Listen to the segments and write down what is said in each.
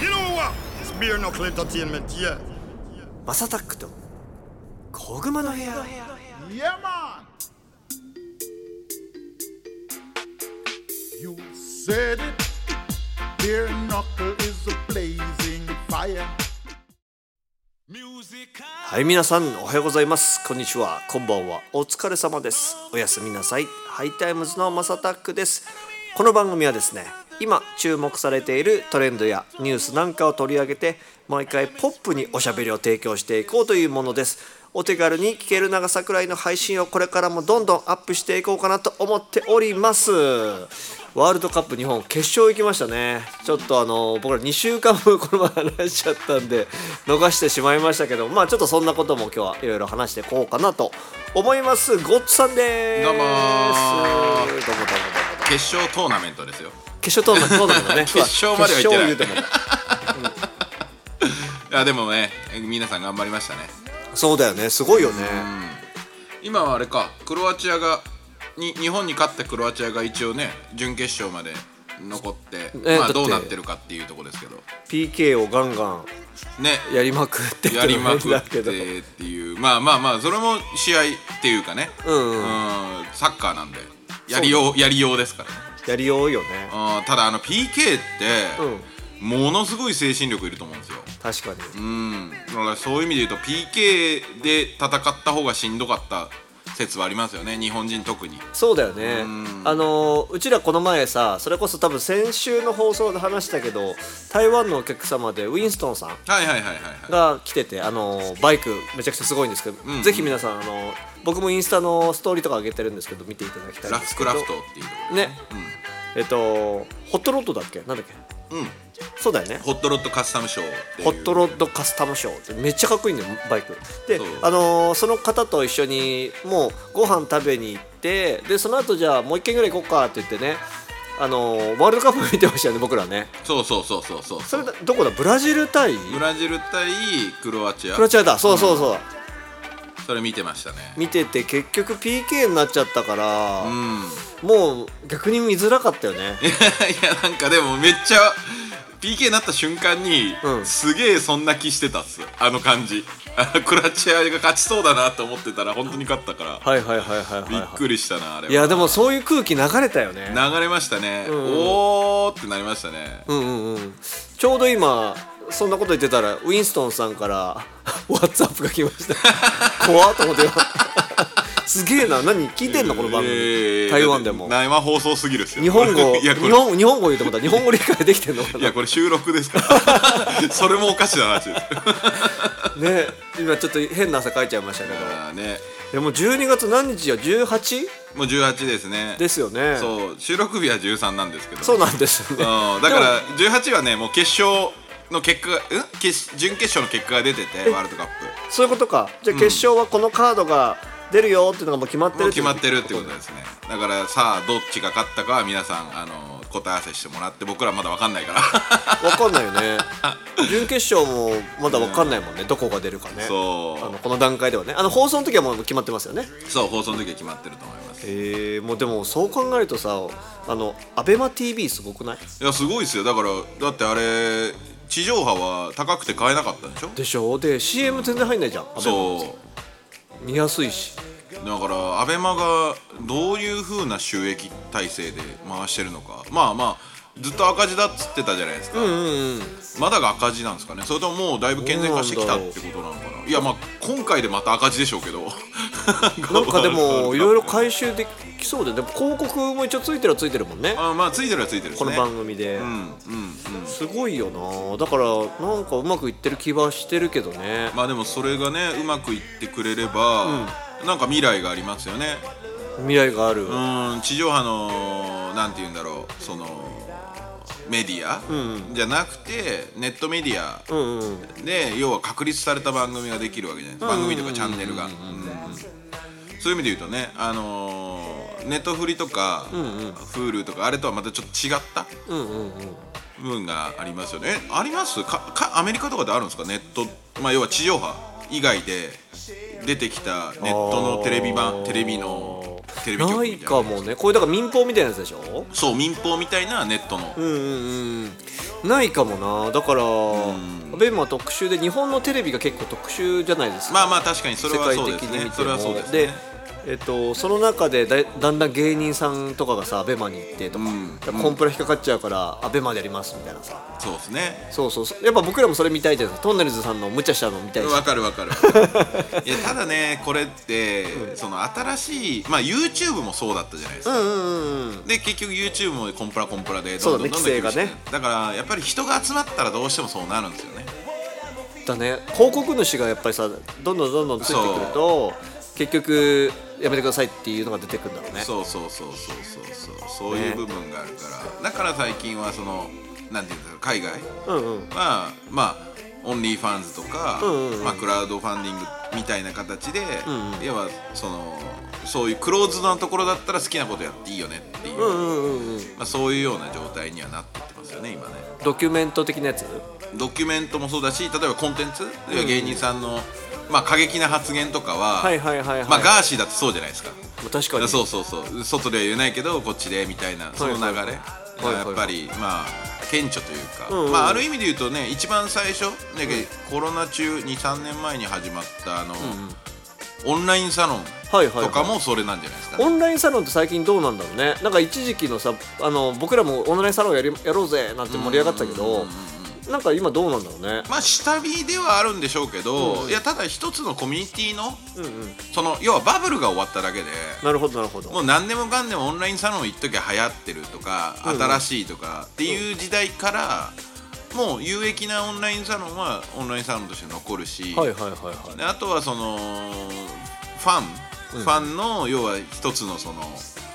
You know what? It's beer knuckle entertainment, yeah. マサタックと小熊の部屋 Yeah, man. You said it. Beer knuckle is a blazing fire. はい皆さんおはようございますこんにちはこんばんはお疲れ様ですおやすみなさいハイタイムズのマサタックですこの番組はですね今注目されているトレンドやニュースなんかを取り上げて毎回ポップにおしゃべりを提供していこうというものですお手軽に聞ける長桜井の配信をこれからもどんどんアップしていこうかなと思っておりますワールドカップ日本決勝行きましたねちょっとあの僕ら2週間分この前話しちゃったんで逃してしまいましたけどまあちょっとそんなことも今日はいろいろ話していこうかなと思いますゴッツさんですどうもーどうもどうもどうも決勝トーナメントですよ決勝トーナメントトーナメントね決勝までは行ってない決勝言うてもいやでもね皆さん頑張りましたねそうだよねすごいよね今はあれかクロアチアがに日本に勝ったクロアチアが一応ね準決勝まで残って、えまだっあてどうなってるかっていうところですけど PK をガンガねンやりまくってやりまくだっけてっどていうまあまあまあそれも試合っていうかねうんうんんサッカーなんでやりようやりようですからねやりようよねうんただあの PK って、ものすごい精神力いると思うんですよ確かにうん、だからそういう意味で言うと PK で戦った方がしんどかった説はありますよね日本人特にそうだよねんあのうちらこの前さそれこそ多分先週の放送で話したけど台湾のお客様でウィンストンさんはいはいはいはいはいが来ててあのバイクめちゃくちゃすごいんですけど、うんぜひ皆さんあの僕もインスタのストーリーとか上げてるんですけど見ていただきたいんラでフすクけどラフトっていうところね、えっとホットロッドだっけなんだっけうんそうだよねホットロッドカスタムショーっていうホットロッドカスタムショーめっちゃかっこいいんだよバイクでそうあのーその方と一緒にもうご飯食べに行ってでその後じゃあもう一軒ぐらい行こうかって言ってねあのーワールドカップ見てましたよね僕らねそうそうそうそうそうそれだどこだブラジル対ブクラジル対クロアチアロアチアだそうそうそう、それ見てましたね見てて結局 PK になっちゃったから、うんいもう逆に見づらかったよねや なんかでもめっちゃ PK になった瞬間に、うんすげえそんな気してたっすあの感じあのクロアチアが勝ちそうだなと思ってたら本当に勝ったから、はいはいはいはいはい、びっはくりしたなあれい、はいやでもそういう空気流れたよね流れましたね、んうんおーってなりましたねうんうんうんちょうど今そんなこと言ってたらウィンストンさんから 「ワッツアップが来ました 怖っと思って今すげえな何聞いてんのこの番組、えー台湾でも生放送すぎるっすよ日本語 いやこ日れ本日本語言うてもらった日本語理解できてんのかいなやこれ収録ですから それもおかしな話ですね今ちょっと変な汗かいちゃいましたけどあーねでもう12月何日よ 18? もう18ですねですよねそうそう収録日は13なんですけどなんですよねうんだから18はねもう決勝の結果がうん決準決勝の結果が出ててワールドカッそういうことかじゃあ決勝はこのカードが出るよっていうのがもう決まってプるもう決まってるってことですねだからさあどっちが勝ったかは皆さんあの答え合わせしてもらって僕らまだ分かんない からわかんないよね 準決勝もまだわかんないもんね、どこが出るかねそうあのこの段階ではねあの放送の時はもう決まってますよねそう放送の時は決まってると思いますえー、もうでもそう考えるとさあのアベマ t v すごくないいやすごいですよだからだってあれ地上波は高くて買えなかったんでしょでしょで CM 全然入んないじゃんアベマそう見やすいしだからアベマがどういう風な収益体制で回してるのかまあまあずっと赤字だっつってたじゃないですか、うんうんまだが赤字なんですかねそれとももうだいぶ健全化してきたってことなのかないやまあ今回でまた赤字でしょうけど ななんかでもいろいろ回収できそうででも広告も一応ついてるはついてるもんねあまあついてるはついてるですこねの番組で、うんうんうんすごいよなだからなんかうまくいってる気はしてるけどねまあでもそれがねうまくいってくれれば、なんか未来がありますよね未来がある、うーん地上波のなんて言うんだろうそのメディア、じゃなくてネットメディアうんうんで要は確立された番組ができるわけじゃないですか、番組とかチャンネルが、うんそういう意味で言うとねあのーネットフリとか、Hulu とかあれとはまたちょっと違ったうんうんうん部分がありますよねえありますかかアメリカとかであるんですかネットまあ要は地上波以外で出てきたネットのテレビ版テレビのテレビ局なみたいいなかもねこれだから民放みたいなやつでしょそう民放みたいなネットの、うんうんうんないかもなだから、アベマ特集で日本のテレビが結構特集じゃないですか、まあまあ確かにそれ世は界そうで的すに見ねてそれはそもうですでねえっと、その中でだいだんだん芸人さんとかがさアベマに行ってとか,、うんコンプラ引っかかっちゃうからアベマでやりますみたいなさそうですねそうそうそうやっぱ僕らもそれ見たいじゃないですかトンネルズさんの無茶したの見たいしわかる わかるいやただねこれってその新しいまあ YouTube もそうだったじゃないですか、うんうんうんで結局 YouTube もコンプラコンプラでどんどんどんどんそうだね規制がね厳しくなるだからやっぱり人が集まったらどうしてもそうなるんですよねだね広告主がやっぱりさどんどんどんどんついてくると結局やめてくださいっていうのが出てくるんだろうねそうそうそうそうそうそうそういう部分があるから、だから最近はそのなんていうんだろう海外うんうんはまあオンリーファンズとか、んうんうんまあ、クラウドファンディングみたいな形で、要はそのそういうクローズドなところだったら好きなことやっていいよねっていう、うんうんうんうんまあ、そういうような状態にはなってってますよね今ねドキュメント的なやつドキュメントもそうだし例えばコンテンツ要は芸人さんの、まあ、過激な発言とかは、はいはいはいはいまあ、ガーシーだってそうじゃないですか確かにそうそうそう外では言えないけどこっちでみたいなその流れ、はいはいはいやっぱりまあ顕著というか、んうんまあ、ある意味で言うとね一番最初、ねコロナ中23年前に始まったあの、オンラインサロンはいはいはいとかもそれなんじゃないですか、オンラインサロンって最近どうなんだろうねなんか一時期のさあの僕らもオンラインサロンやりやろうぜなんて盛り上がったけどなんか今どうなんだろうねまあ下火ではあるんでしょうけど、いやただ一つのコミュニティの、その要はバブルが終わっただけでなるほどなるほどもう何でもかんでもオンラインサロン行っときゃ流行ってるとか、新しいとかっていう時代から、もう有益なオンラインサロンはオンラインサロンとして残るし、はいはいはいはいであとはそのファン、ファンの要は一つのその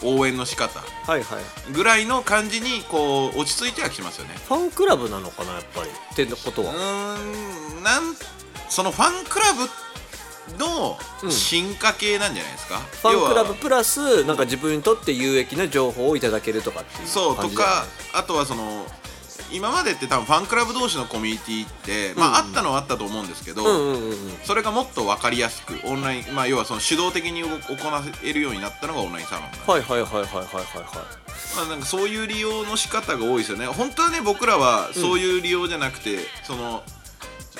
応援の仕方はいはいぐらいの感じにこう落ち着いてはきてますよね。ファンクラブなのかなやっぱりってことうはーんなんそのファンクラブの進化系なんじゃないですか、ファンクラ要ブはプラスなんか自分にとって有益な情報をいただけるとかっていうそうと感じだよねかあとはその今までって多分ファンクラブ同士のコミュニティって、まあ、あったのはあったと思うんですけど、うんうんうんうんそれがもっと分かりやすくオンライン、まあ、要はその主導的に動行わせるようになったのがオンラインサロンだ、はいはいはいはいはいはいはいまあ、なんかそういう利用の仕方が多いですよね本当はね僕らはそういう利用じゃなくて、その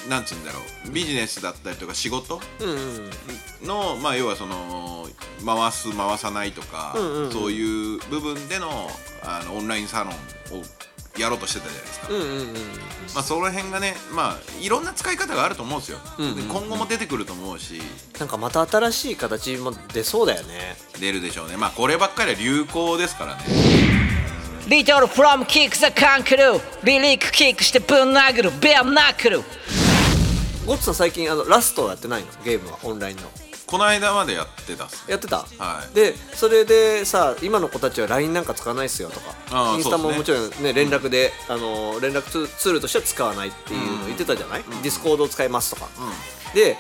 なんつうんだろうビジネスだったりとか仕事うんうんの、まあ、要はその回す回さないとか、んうんうんそういう部分でのあのオンラインサロンをやろうとしてたじゃないですか、うんうんうんまあ、その辺がね、まあ、いろんな使い方があると思うんですよ、で今後も出てくると思うしなんかまた新しい形も出そうだよね出るでしょうねまあこればっかりは流行ですからね Little from kicks the kangaroo リリックキックしてぶん殴るベアナックルゴッツさん最近あのラストやってないのゲームはオンラインのこの間までやってたっすねやってた、はいでそれでさ今の子たちは LINE なんか使わないっすよとあかあインスタそうもっすねもちろんね連絡で、あの連絡ツーツールとしては使わないっていうの言ってたじゃない、ディスコードを使いますとか、で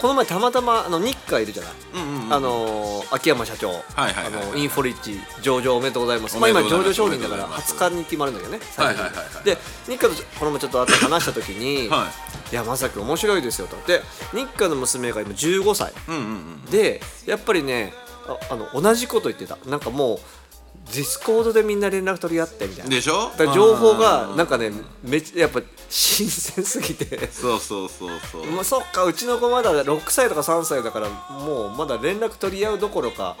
この前たまたまあの日課いるじゃない、あの秋山社長、いはいはいあのインフォリッチ上場おめでとうございますおまあめでと今うござい上ます場承認だからおめでとうござい20ます日に決まるんだけどねはいはい最はい初にはいで日課とこの前ちょっと会って話した時に、、はいやまさき面白いですよとで日課の娘が今15歳、うんうんうんでやっぱりねああの同じこと言ってたなんかもうディスコードでみんな連絡取り合ってみたいなでしだょから情報がなんかねめっちゃやっぱ新鮮すぎて そうそうそうそうまあそっかうちの子まだ6歳とか3歳だからもうまだ連絡取り合うどころか、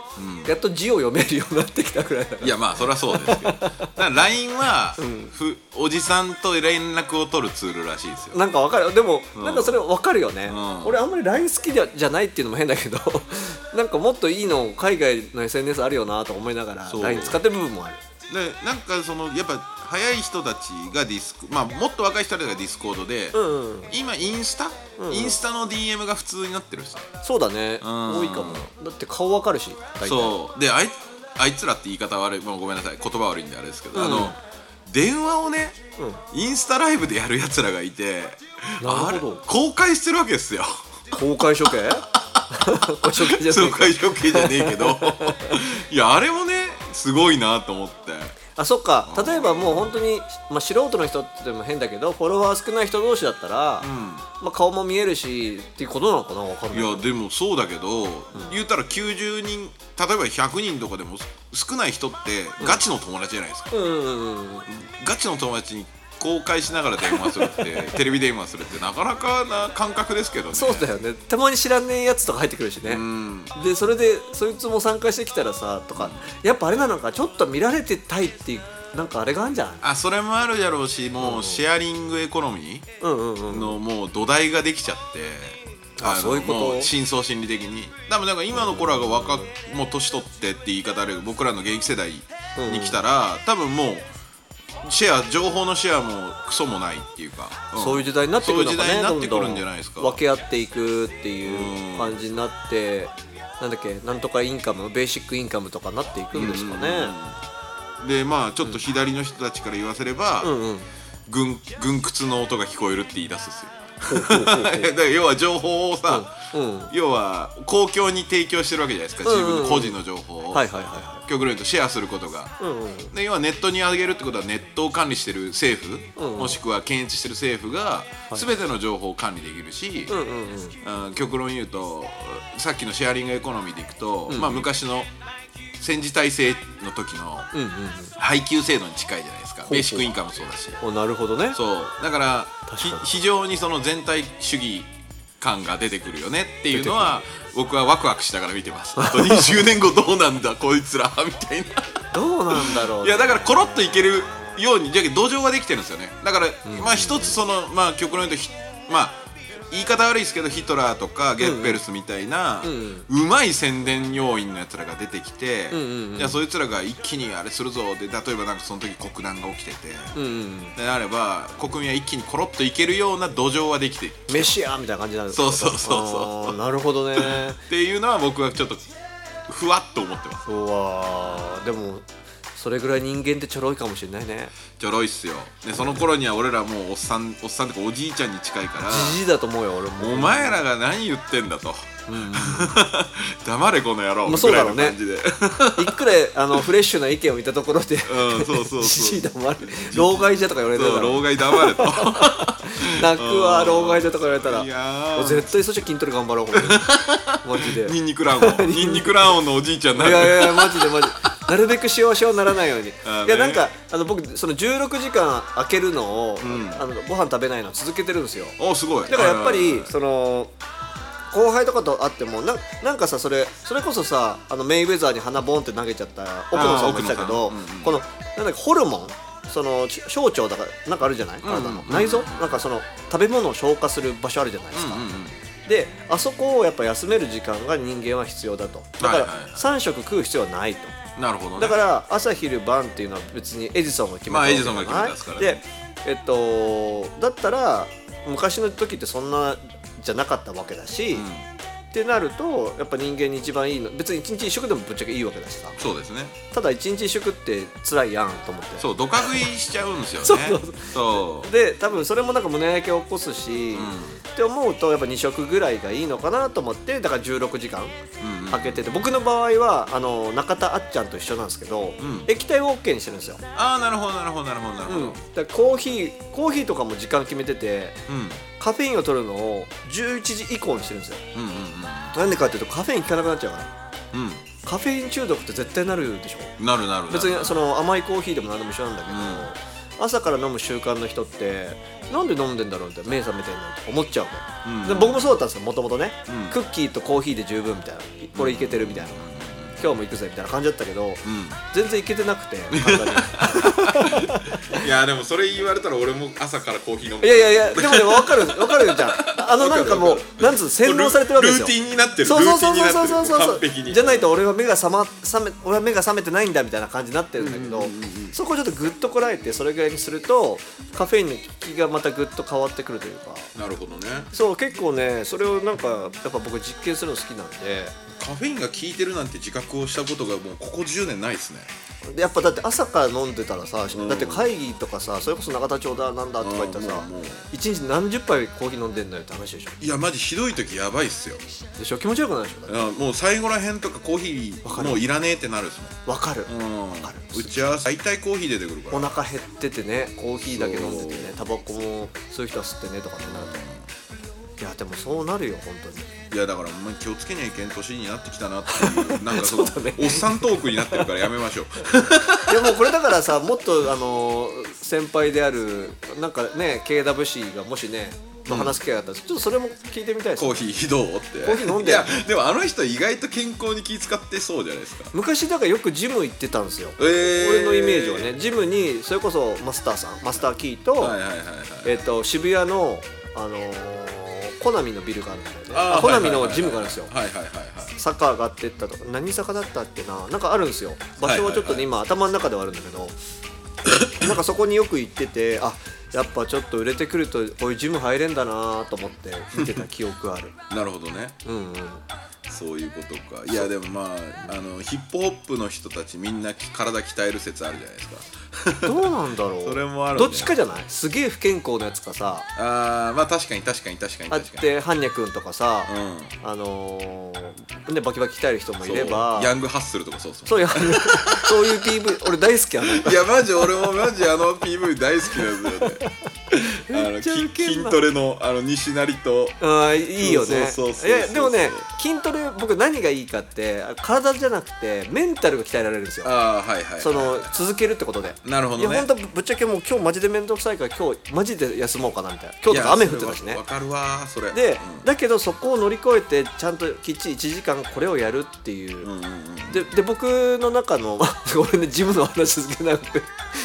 やっと字を読めるようになってきたぐらいだからいやまあそりゃそうです けどだから LINE は、ふおじさんと連絡を取るツールらしいですよなんかわかるでも、なんかそれわかるよね、ん俺あんまり LINE 好きじゃじゃないっていうのも変だけど なんかもっといいの海外の SNS あるよなと思いながらそう LINE 使ってる部分もあるでなんかそのやっぱ早い人たちがディスコまあもっと若い人たちがディスコードで、んうん今インスタ、インスタの DM が普通になってるしそうだね、ん多いかもだって顔わかるし大体そうであいあいつらって言い方悪い、もうごめんなさい言葉悪いんであれですけど、あの電話をね、インスタライブでやるやつらがいてなるほどあれ公開してるわけですよ公開処刑 公開処刑じゃな公いか開処刑じゃねえけどいやあれもねすごいなと思ってあそっか例えばもう本当にまあ、素人の人って言っても変だけどフォロワー少ない人同士だったら、まあ、顔も見えるしっていうことなのかなわかんないいやでもそうだけど、言うたら90人例えば100人とかでも少ない人ってガチの友達じゃないですか、うんうんうんうんガチの友達に公開しながら電話するって テレビ電話するってなかなかな感覚ですけどねそうだよねたまに知らねえやつとか入ってくるしね、でそれでそいつも参加してきたらさとかやっぱあれなのかちょっと見られてたいっていうなんかあれがあるんじゃんあそれもあるやろうしもうシェアリングエコノミーうんうんうんのもう土台ができちゃってあのそういうことも深層心理的に多分なんか今の子らが若もう年取ってって言い方あるけど僕らの現役世代に来たら多分もうシェア情報のシェアもクソもないっていうか、んそういう時代になってくるのかねそういう時代になってどどくるんじゃないですか分け合っていくっていう感じになってなんだっけなんとかインカムベーシックインカムとかになっていくんですかねでまあちょっと左の人たちから言わせれば、うんうん軍軍屈の音が聞こえるって言い出すんですよ。だから要は情報をさ、うんうん要は公共に提供してるわけじゃないですか自分の個人の情報を、はいはいはいは極論言うとシェアすることが、うんうんで要はネットに上げるってことはネットを管理してる政府、うんうんもしくは検知してる政府が全ての情報を管理できるし、うんうんうんうん極論言うとさっきのシェアリングエコノミーでいくと、まあ、昔の戦時体制の時のうんうん配給制度に近いじゃないですか、うベーシックインカムもそうだし。うんおなるほどねそうだから確かにひ非常にその全体主義感が出てくるよねっていうのは僕はワクワクしながら見てますあと20年後どうなんだ こいつらみたいなどうなんだろうねいやだからコロッといけるようにじゃあ土壌ができてるんですよねだから、まあ一つそのまあ極論言うとひまあ言い方悪いですけどヒトラーとかゲッペルスみたいな、うまい宣伝要員のやつらが出てきて、んうんうんじゃあそいつらが一気にあれするぞで例えばなんかその時国難が起きてて、うんうんであれば国民は一気にコロッといけるような土壌はできているメシアみたいな感じなんですかそうそうそうそうあーなるほどねっていうのは僕はちょっとふわっと思ってますうわーでもそれぐらい人間ってちょろいかもしれないねちょろいっすよでその頃には俺らもうおっさんおっさんとかおじいちゃんに近いかじらじいだと思うよ俺もお前らが何言ってんだと、 黙れこの野郎まあみそうだたいろうなね感じでいくらあのフレッシュな意見を言ったところでうんそうそうそ うじじいだもあれ老害じゃとか言われてたそらう老害黙れと泣くわ老害じゃとか言われたらいやーもう絶対そっちは筋トレ頑張ろうほんと にマジでニンニクラ ーオンニンニクラーオンのおじいちゃんにないるやいやいやマジでマジでなるべくしようしようならないように、あーねいやなんかあの僕その16時間空けるのを、あのご飯食べないの続けてるんですよおすごいだからやっぱはいはいりはいその後輩とかと会ってもなんなんかさそれそれこそさあのメイウェザーに鼻ボンって投げちゃった奥野さんも言ってたけど、奥野さんうんうんこのなんだっけホルモンそのち小腸だからなんかあるじゃない体の、うんうんうん内臓なんかその食べ物を消化する場所あるじゃないですか、うんうんうんであそこをやっぱ休める時間が人間は必要だとだからはいはいはい3食食う必要はないとなるほどねだから朝昼晩っていうのは別にエジソンが決めたまあわけエジソンが決めたんですからねでえっとだったら昔の時ってそんなじゃなかったわけだし、ってなるとやっぱ人間に一番いいの別に一日一食でもぶっちゃけいいわけだしさそうですねただ一日一食って辛いやんと思ってそうドカ食いしちゃうんですよね そうそうそうで多分それもなんか胸焼けを起こすし、って思うとやっぱ2食ぐらいがいいのかなと思ってだから16時間うんうん空けてて、僕の場合はあの中田あっちゃんと一緒なんですけど、ん液体を OK にしてるんですよ、ああなるほどなるほどなるほどなるほど、だからコーヒーコーヒーとかも時間決めててうんカフェインを取るのを11時以降にしてるんですようんうんなんでかっていうとカフェイン効かなくなっちゃうからうんカフェイン中毒って絶対なるでしょうんなるなるなる別にその甘いコーヒーでも何でも一緒なんだけど、朝から飲む習慣の人ってなんで飲んでんだろうって目覚めてんのって思っちゃうわけ、うんで僕もそうだったんですよもともとね、うんクッキーとコーヒーで十分みたいなこれいけてるみたいな、今日も行くぜみたいな感じだったけど、全然いけてなくて 体にいやでもそれ言われたら俺も朝からコーヒー飲むいやいやいやでもね分かる分かるよじゃんあのなんかもわかるわかうなんつうの洗脳されてるわけですよルーティンになってるそうそうそうそうそうルーティンになそうそってるう完璧にじゃないと俺は目が覚ま覚め俺は目が覚めてないんだみたいな感じになってるんだけど、そこをちょっとグッとこらえてそれぐらいにするとカフェインの効きがまたグッと変わってくるというかなるほどねそう結構ねそれをなんかやっぱ僕実験するの好きなんでカフェインが効いてるなんて自覚をしたことがもうここ10年ないですねでやっぱだって朝から飲んでたらさ、だって会議とかさそれこそ永田町だなんだとか言ったらさうんもうもう一日何十杯コーヒー飲んでんだよって話でしょいやマジひどい時やばいっすよでしょ気持ちよくないでしょあもう最後らへんとかコーヒわかーるもういらねえってなるっすわかる、もんうんわかる打ち合わせ大体コーヒー出てくるかおら腹減っててねコーヒーだけ飲んでてねそうタバコもそういう人は吸ってねとかってなるいやでもそうなるよ本当に いやだからお前気をつけにゃいけん年になってきたなっていうなんかそ のそうだねおっさんトークになってるからやめましょうでもこれだからさもっとあの先輩であるなんかね KWC がもしね、まあ話す機会があったらちょっとそれも聞いてみたいですコーヒーどうってコーヒー飲んでいやでもあの人意外と健康に気使ってそうじゃないですか昔だからよくジム行ってたんですよ、えー俺のイメージはねジムにそれこそマスターさんマスターキーと,、はいはいはいはいえっと渋谷のあのーコナミのビルがあるんだよねあーあコナミはいはのいはいジムがあるんですよはいはいはいはい坂上がってったとか何坂だったってななんかあるんですよ場所はちょっとね、はいはいはい今頭の中ではあるんだけ どなんかそこによく行っててあやっぱちょっと売れてくるとこういうジム入れんだなと思って見てた記憶 あるなるほどねうんうんそういうことかいやでもまああのヒップホップの人たちみんなき体鍛える説あるじゃないですかどうなんだろうそれもあるねどっちかじゃないすげえ不健康なやつかさあーまあ確かに確かに確かにあっ確かにて般若君とかさ、うんあのーねバキバキ鍛える人もいそうればヤングハッスルとかそうそうそういう そういう PV 俺大好きやないやマジ俺もマジあの PV 大好きなんですよねあ めのっちゃウきケん筋なトレのあの西成とあーいいよねそうそうそうそういやでもね筋トレ僕何がいいかって体じゃなくてメンタルが鍛えられるんですよああはいはいその続けるってことでなるほどいねや本当ぶっちゃけもう今日マジで面倒くさいから今日マジで休もうかなみたいな今日とか雨降ってたしいねやそれはわかるわそれで、だけどそこを乗り越えてちゃんときっちり1時間これをやるっていう、うんうんうんうんでで僕の中の ごめんねジムの話続けなくて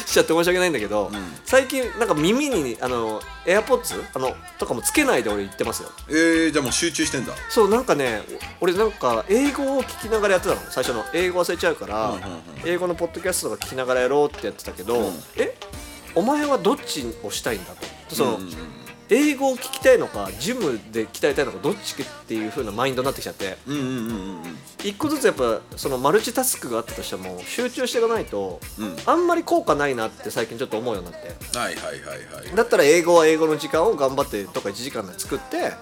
しちゃって申し訳ないんだけど、最近なんか耳にあのエアポッツあのとかもつけないで俺行ってますよえー、じゃあもう集中してんだそうなんかね俺なんか英語を聞きながらやってたの最初の英語忘れちゃうから、うんうんうん英語のポッドキャストとか聞きながらやろうってやってたけど、うんえお前はどっちをしたいんだとその、うんうんうん英語を聞きたいのかジムで鍛えたいのかどっちっていう風なマインドになってきちゃってうんうんうんうんうん一個ずつやっぱそのマルチタスクがあったとしても集中していかないと、うんあんまり効果ないなって最近ちょっと思うようになってはいはいはいはいだったら英語は英語の時間を頑張ってとか1時間で作って、う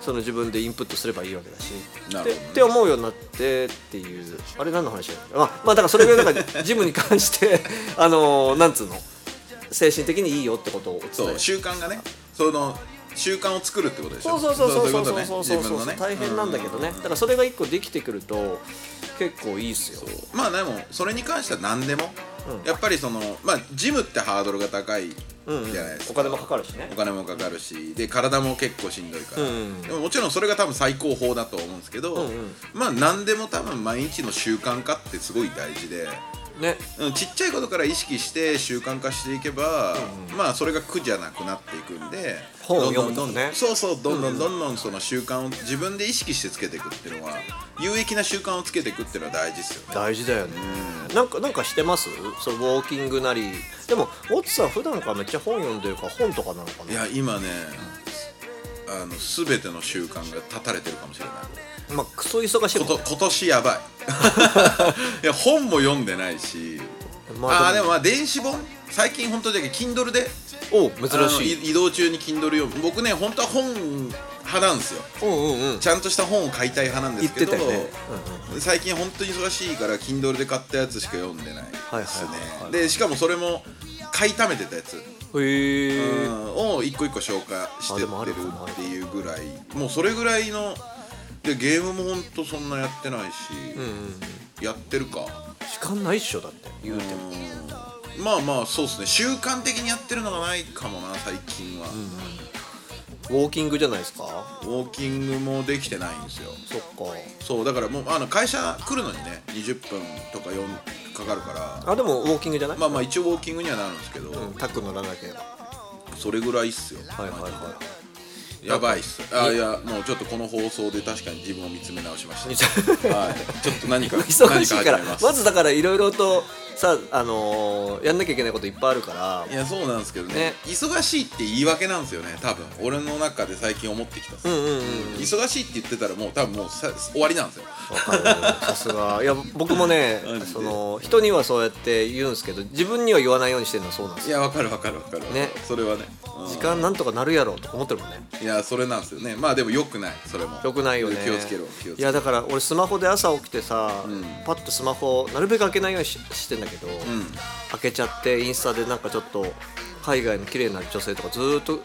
その自分でインプットすればいいわけだし、なってるほどねって思うようになってっていうあれ何の話だっけあまあだからそれぐらいだ からジムに関して あのーなんつうの精神的にいいよってことをお伝えそう習慣がねその習慣を作るってことでしそょうそうそうそうそうそうそうそそういううことね自分のね大変なんだけどね、だからそれが一個できてくると結構いいっすよまあでもそれに関しては何でも、やっぱりそのまあジムってハードルが高いじゃうんないですおか、金もかかるしねお金もかかるしで体も結構しんどいから、うんでももちろんそれが多分最高峰だと思うんですけど、うんうんまあ何でも多分毎日の習慣化ってすごい大事で、ねうん、ちっちゃいことから意識して習慣化していけば、まあそれが苦じゃなくなっていくんで本をどんど読んむとかねどんどんそうそうどんどんどんどんその習慣を自分で意識してつけていくっていうのは有益な習慣をつけていくっていうのは大事ですよね大事だよねなんかなんかしてますそのウォーキングなりでもウォッツさん普段からめっちゃ本読んでるから本とかなのかいなや今ねあの全ての習慣が断たれてるかもしれないまあクソ忙しいこもんねと今年やば いいや本も読んでないし、まああ、あーでもまあ電子本最近本当だけど Kindle でおあの珍しいい移動中に Kindle 読む僕ね本当は本派なんですようんうんうんちゃんとした本を買いたい派なんですけど言ってたよね最近本当に忙しいから Kindle で買ったやつしか読んでないはいはいですね、はいでしかもそれも買いためてたやつへえうんを一個一個消化してあってでもあるかるもっていうぐらいもうそれぐらいのでゲームもほんとそんなやってないし、やってるか時間ないっしょだって言うてもうんまあまあそうですね習慣的にやってるのがないかもな最近は、ウォーキングじゃないですかウォーキングもできてないんですよそっかそうだからもうあの会社来るのにね20分とか4かかるからあでもウォーキングじゃないまあまあ一応ウォーキングにはなるんですけど、うんタック乗らなければはそれぐらいっすよいはいはいやばいっすあいやもうちょっとこの放送で確かに自分を見つめ直しま した、はい、ちょっと何か忙しいから何始めますずだからいろいろとさあのーやんなきゃいけないこといっぱいあるからいやそうなんですけどねね忙しいって言い訳なんですよね多分俺の中で最近思ってきたっす、うんうんうん忙しいって言ってたらもう多分もうさ終わりなんですよわかるさすがいや僕もねマジでその人にはそうやって言うんですけど自分には言わないようにしてるのはそうなんですいよやわかるわかるわかるわかるねそれはね、うん時間なんとかなるやろうとか思ってるもんねいやそれなんですよねまあでもよくないそれもよくないよね気をつけろ気をついけろやだから俺スマホで朝起きてさ、んパッとスマホをなるべく開けないようにししてんだけど、うん開けちゃってインスタでなんかちょっと海外の綺麗な女性とかずーっと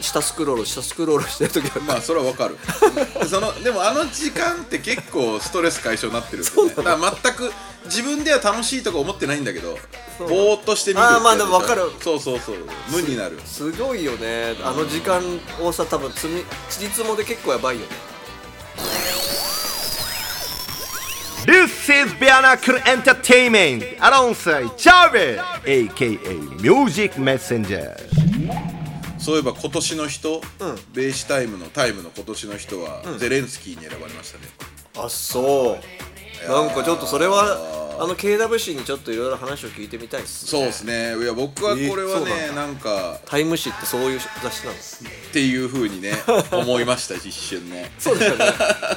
下スクロール下スクロールしてる時はまあそれは わかるそのでもあの時間って結構ストレス解消になってるんだよねだから全く自分では楽しいとか思ってないんだけどぼーっとしてみるってあーまあでもわかるそうそうそう無になるすごいよねあの時間をさ多分積みつり積もで結構やばいよね This is Bianacle Entertainment alongside Jared, aka Music Messenger. そういえば今年の人、ベーシタイムのタイムの今年の人は、ゼレンスキーに選ばれましたねあそうなんかちょっとそれはあの KWC にちょっといろいろ話を聞いてみたいっすそうですねいや僕はこれはねえそうなんだなんかタイム誌ってそういう雑誌なんですっていうふうにね思いました一瞬ねそうですよね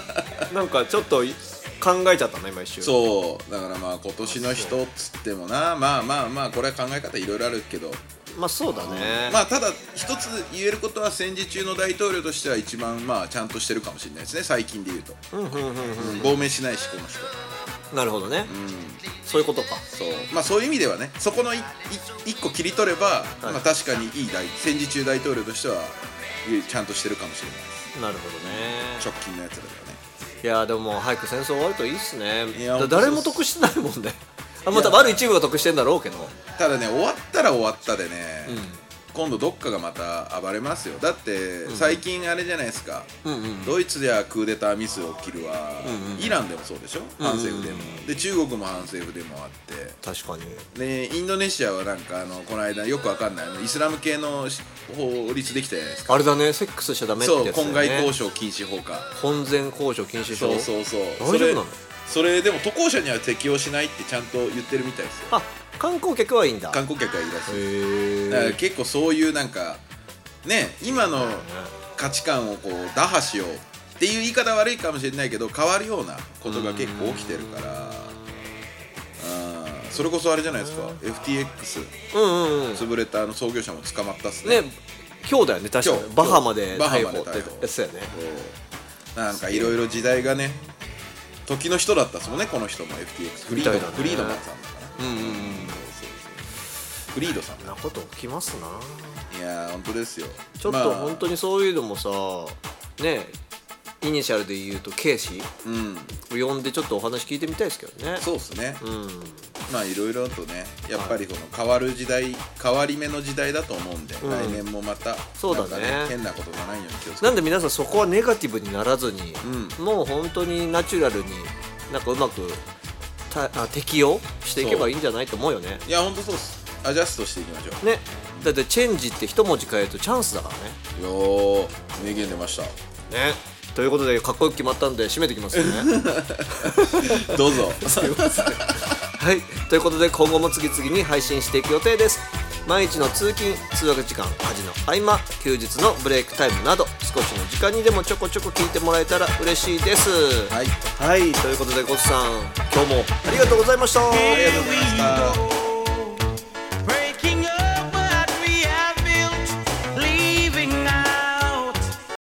なんかちょっとい考えちゃったね今一瞬そうだからまあ今年の人っつってもなまあまあまあこれは考え方いろいろあるけどまあそうだね、まあただ一つ言えることは戦時中の大統領としては一番まあちゃんとしてるかもしれないですね最近で言うと亡命しないしこの人なるほどね、そういうことかそうまあそういう意味ではねそこのいい一個切り取れば、まあ確かにいい大戦時中大統領としてはちゃんとしてるかもしれないなるほどね直近のやつだからねいやーでももう早く戦争終わるといいっすねいやだ誰も得してないもんねあまた悪い一部が得してんだろうけどただね終わったら終わったでね、今度どっかがまた暴れますよだって最近あれじゃないですか、ドイツではクーデターミス起きるわ、イランでもそうでしょ反政府デモ、で中国も反政府デモあって確かにでインドネシアはなんかあのこの間よくわかんないあのイスラム系のし法律できたじゃないですかあれだねセックスしちゃダメってそうやつだよ婚ね外交渉禁止法か婚前交渉禁止法そうそうそう大丈夫なのそれそれでも渡航者には適用しないってちゃんと言ってるみたいですよあ観光客はいいんだ観光客はいいらしいへだからー結構そういうなんかね今の価値観をこう打破しようっていう言い方は悪いかもしれないけど変わるようなことが結構起きてるからあーそれこそあれじゃないですか FTX うんうんうんね潰れたあの創業者も捕まったっすね今日だよね確か今に日バハマでバハ逮マで捕って逮捕やつだよねそうなんかいろいろ時代がね時の人だったっすもんねこの人も FTX フリードみたいだねフリードマンさんだからうんうんフリードさんそんなこと起きますないやー本当ですよちょっまあと本当にそういうのもさねイニシャルで言うとケイシうんー呼んでちょっとお話聞いてみたいですけどねそうですね、うんまあいろいろとねやっぱりこの変わる時代変わり目の時代だと思うんで、来年もまたそうだねなんか変なことがないように気をつけなてんで皆さんそこはネガティブにならずに、もう本当にナチュラルになんかうまくたあ適応していけばいいんじゃないと思うよねいやほんとそうっすアジャストしていきましょねだってチェンジって一文字変えるとチャンスだからねうよー名言出ましねということでかっこよく決まったんで締めてきますよ ねたどう ぞはいということで今後も次々に配信していく予定です毎日の通勤通学時間家事の合間休日のブレイクタイムなど少しの時間にでもちょこちょこ聞いてもらえたら嬉しいですはいはい、ということでゴツさん今日もありがとうございました、ありがとうございました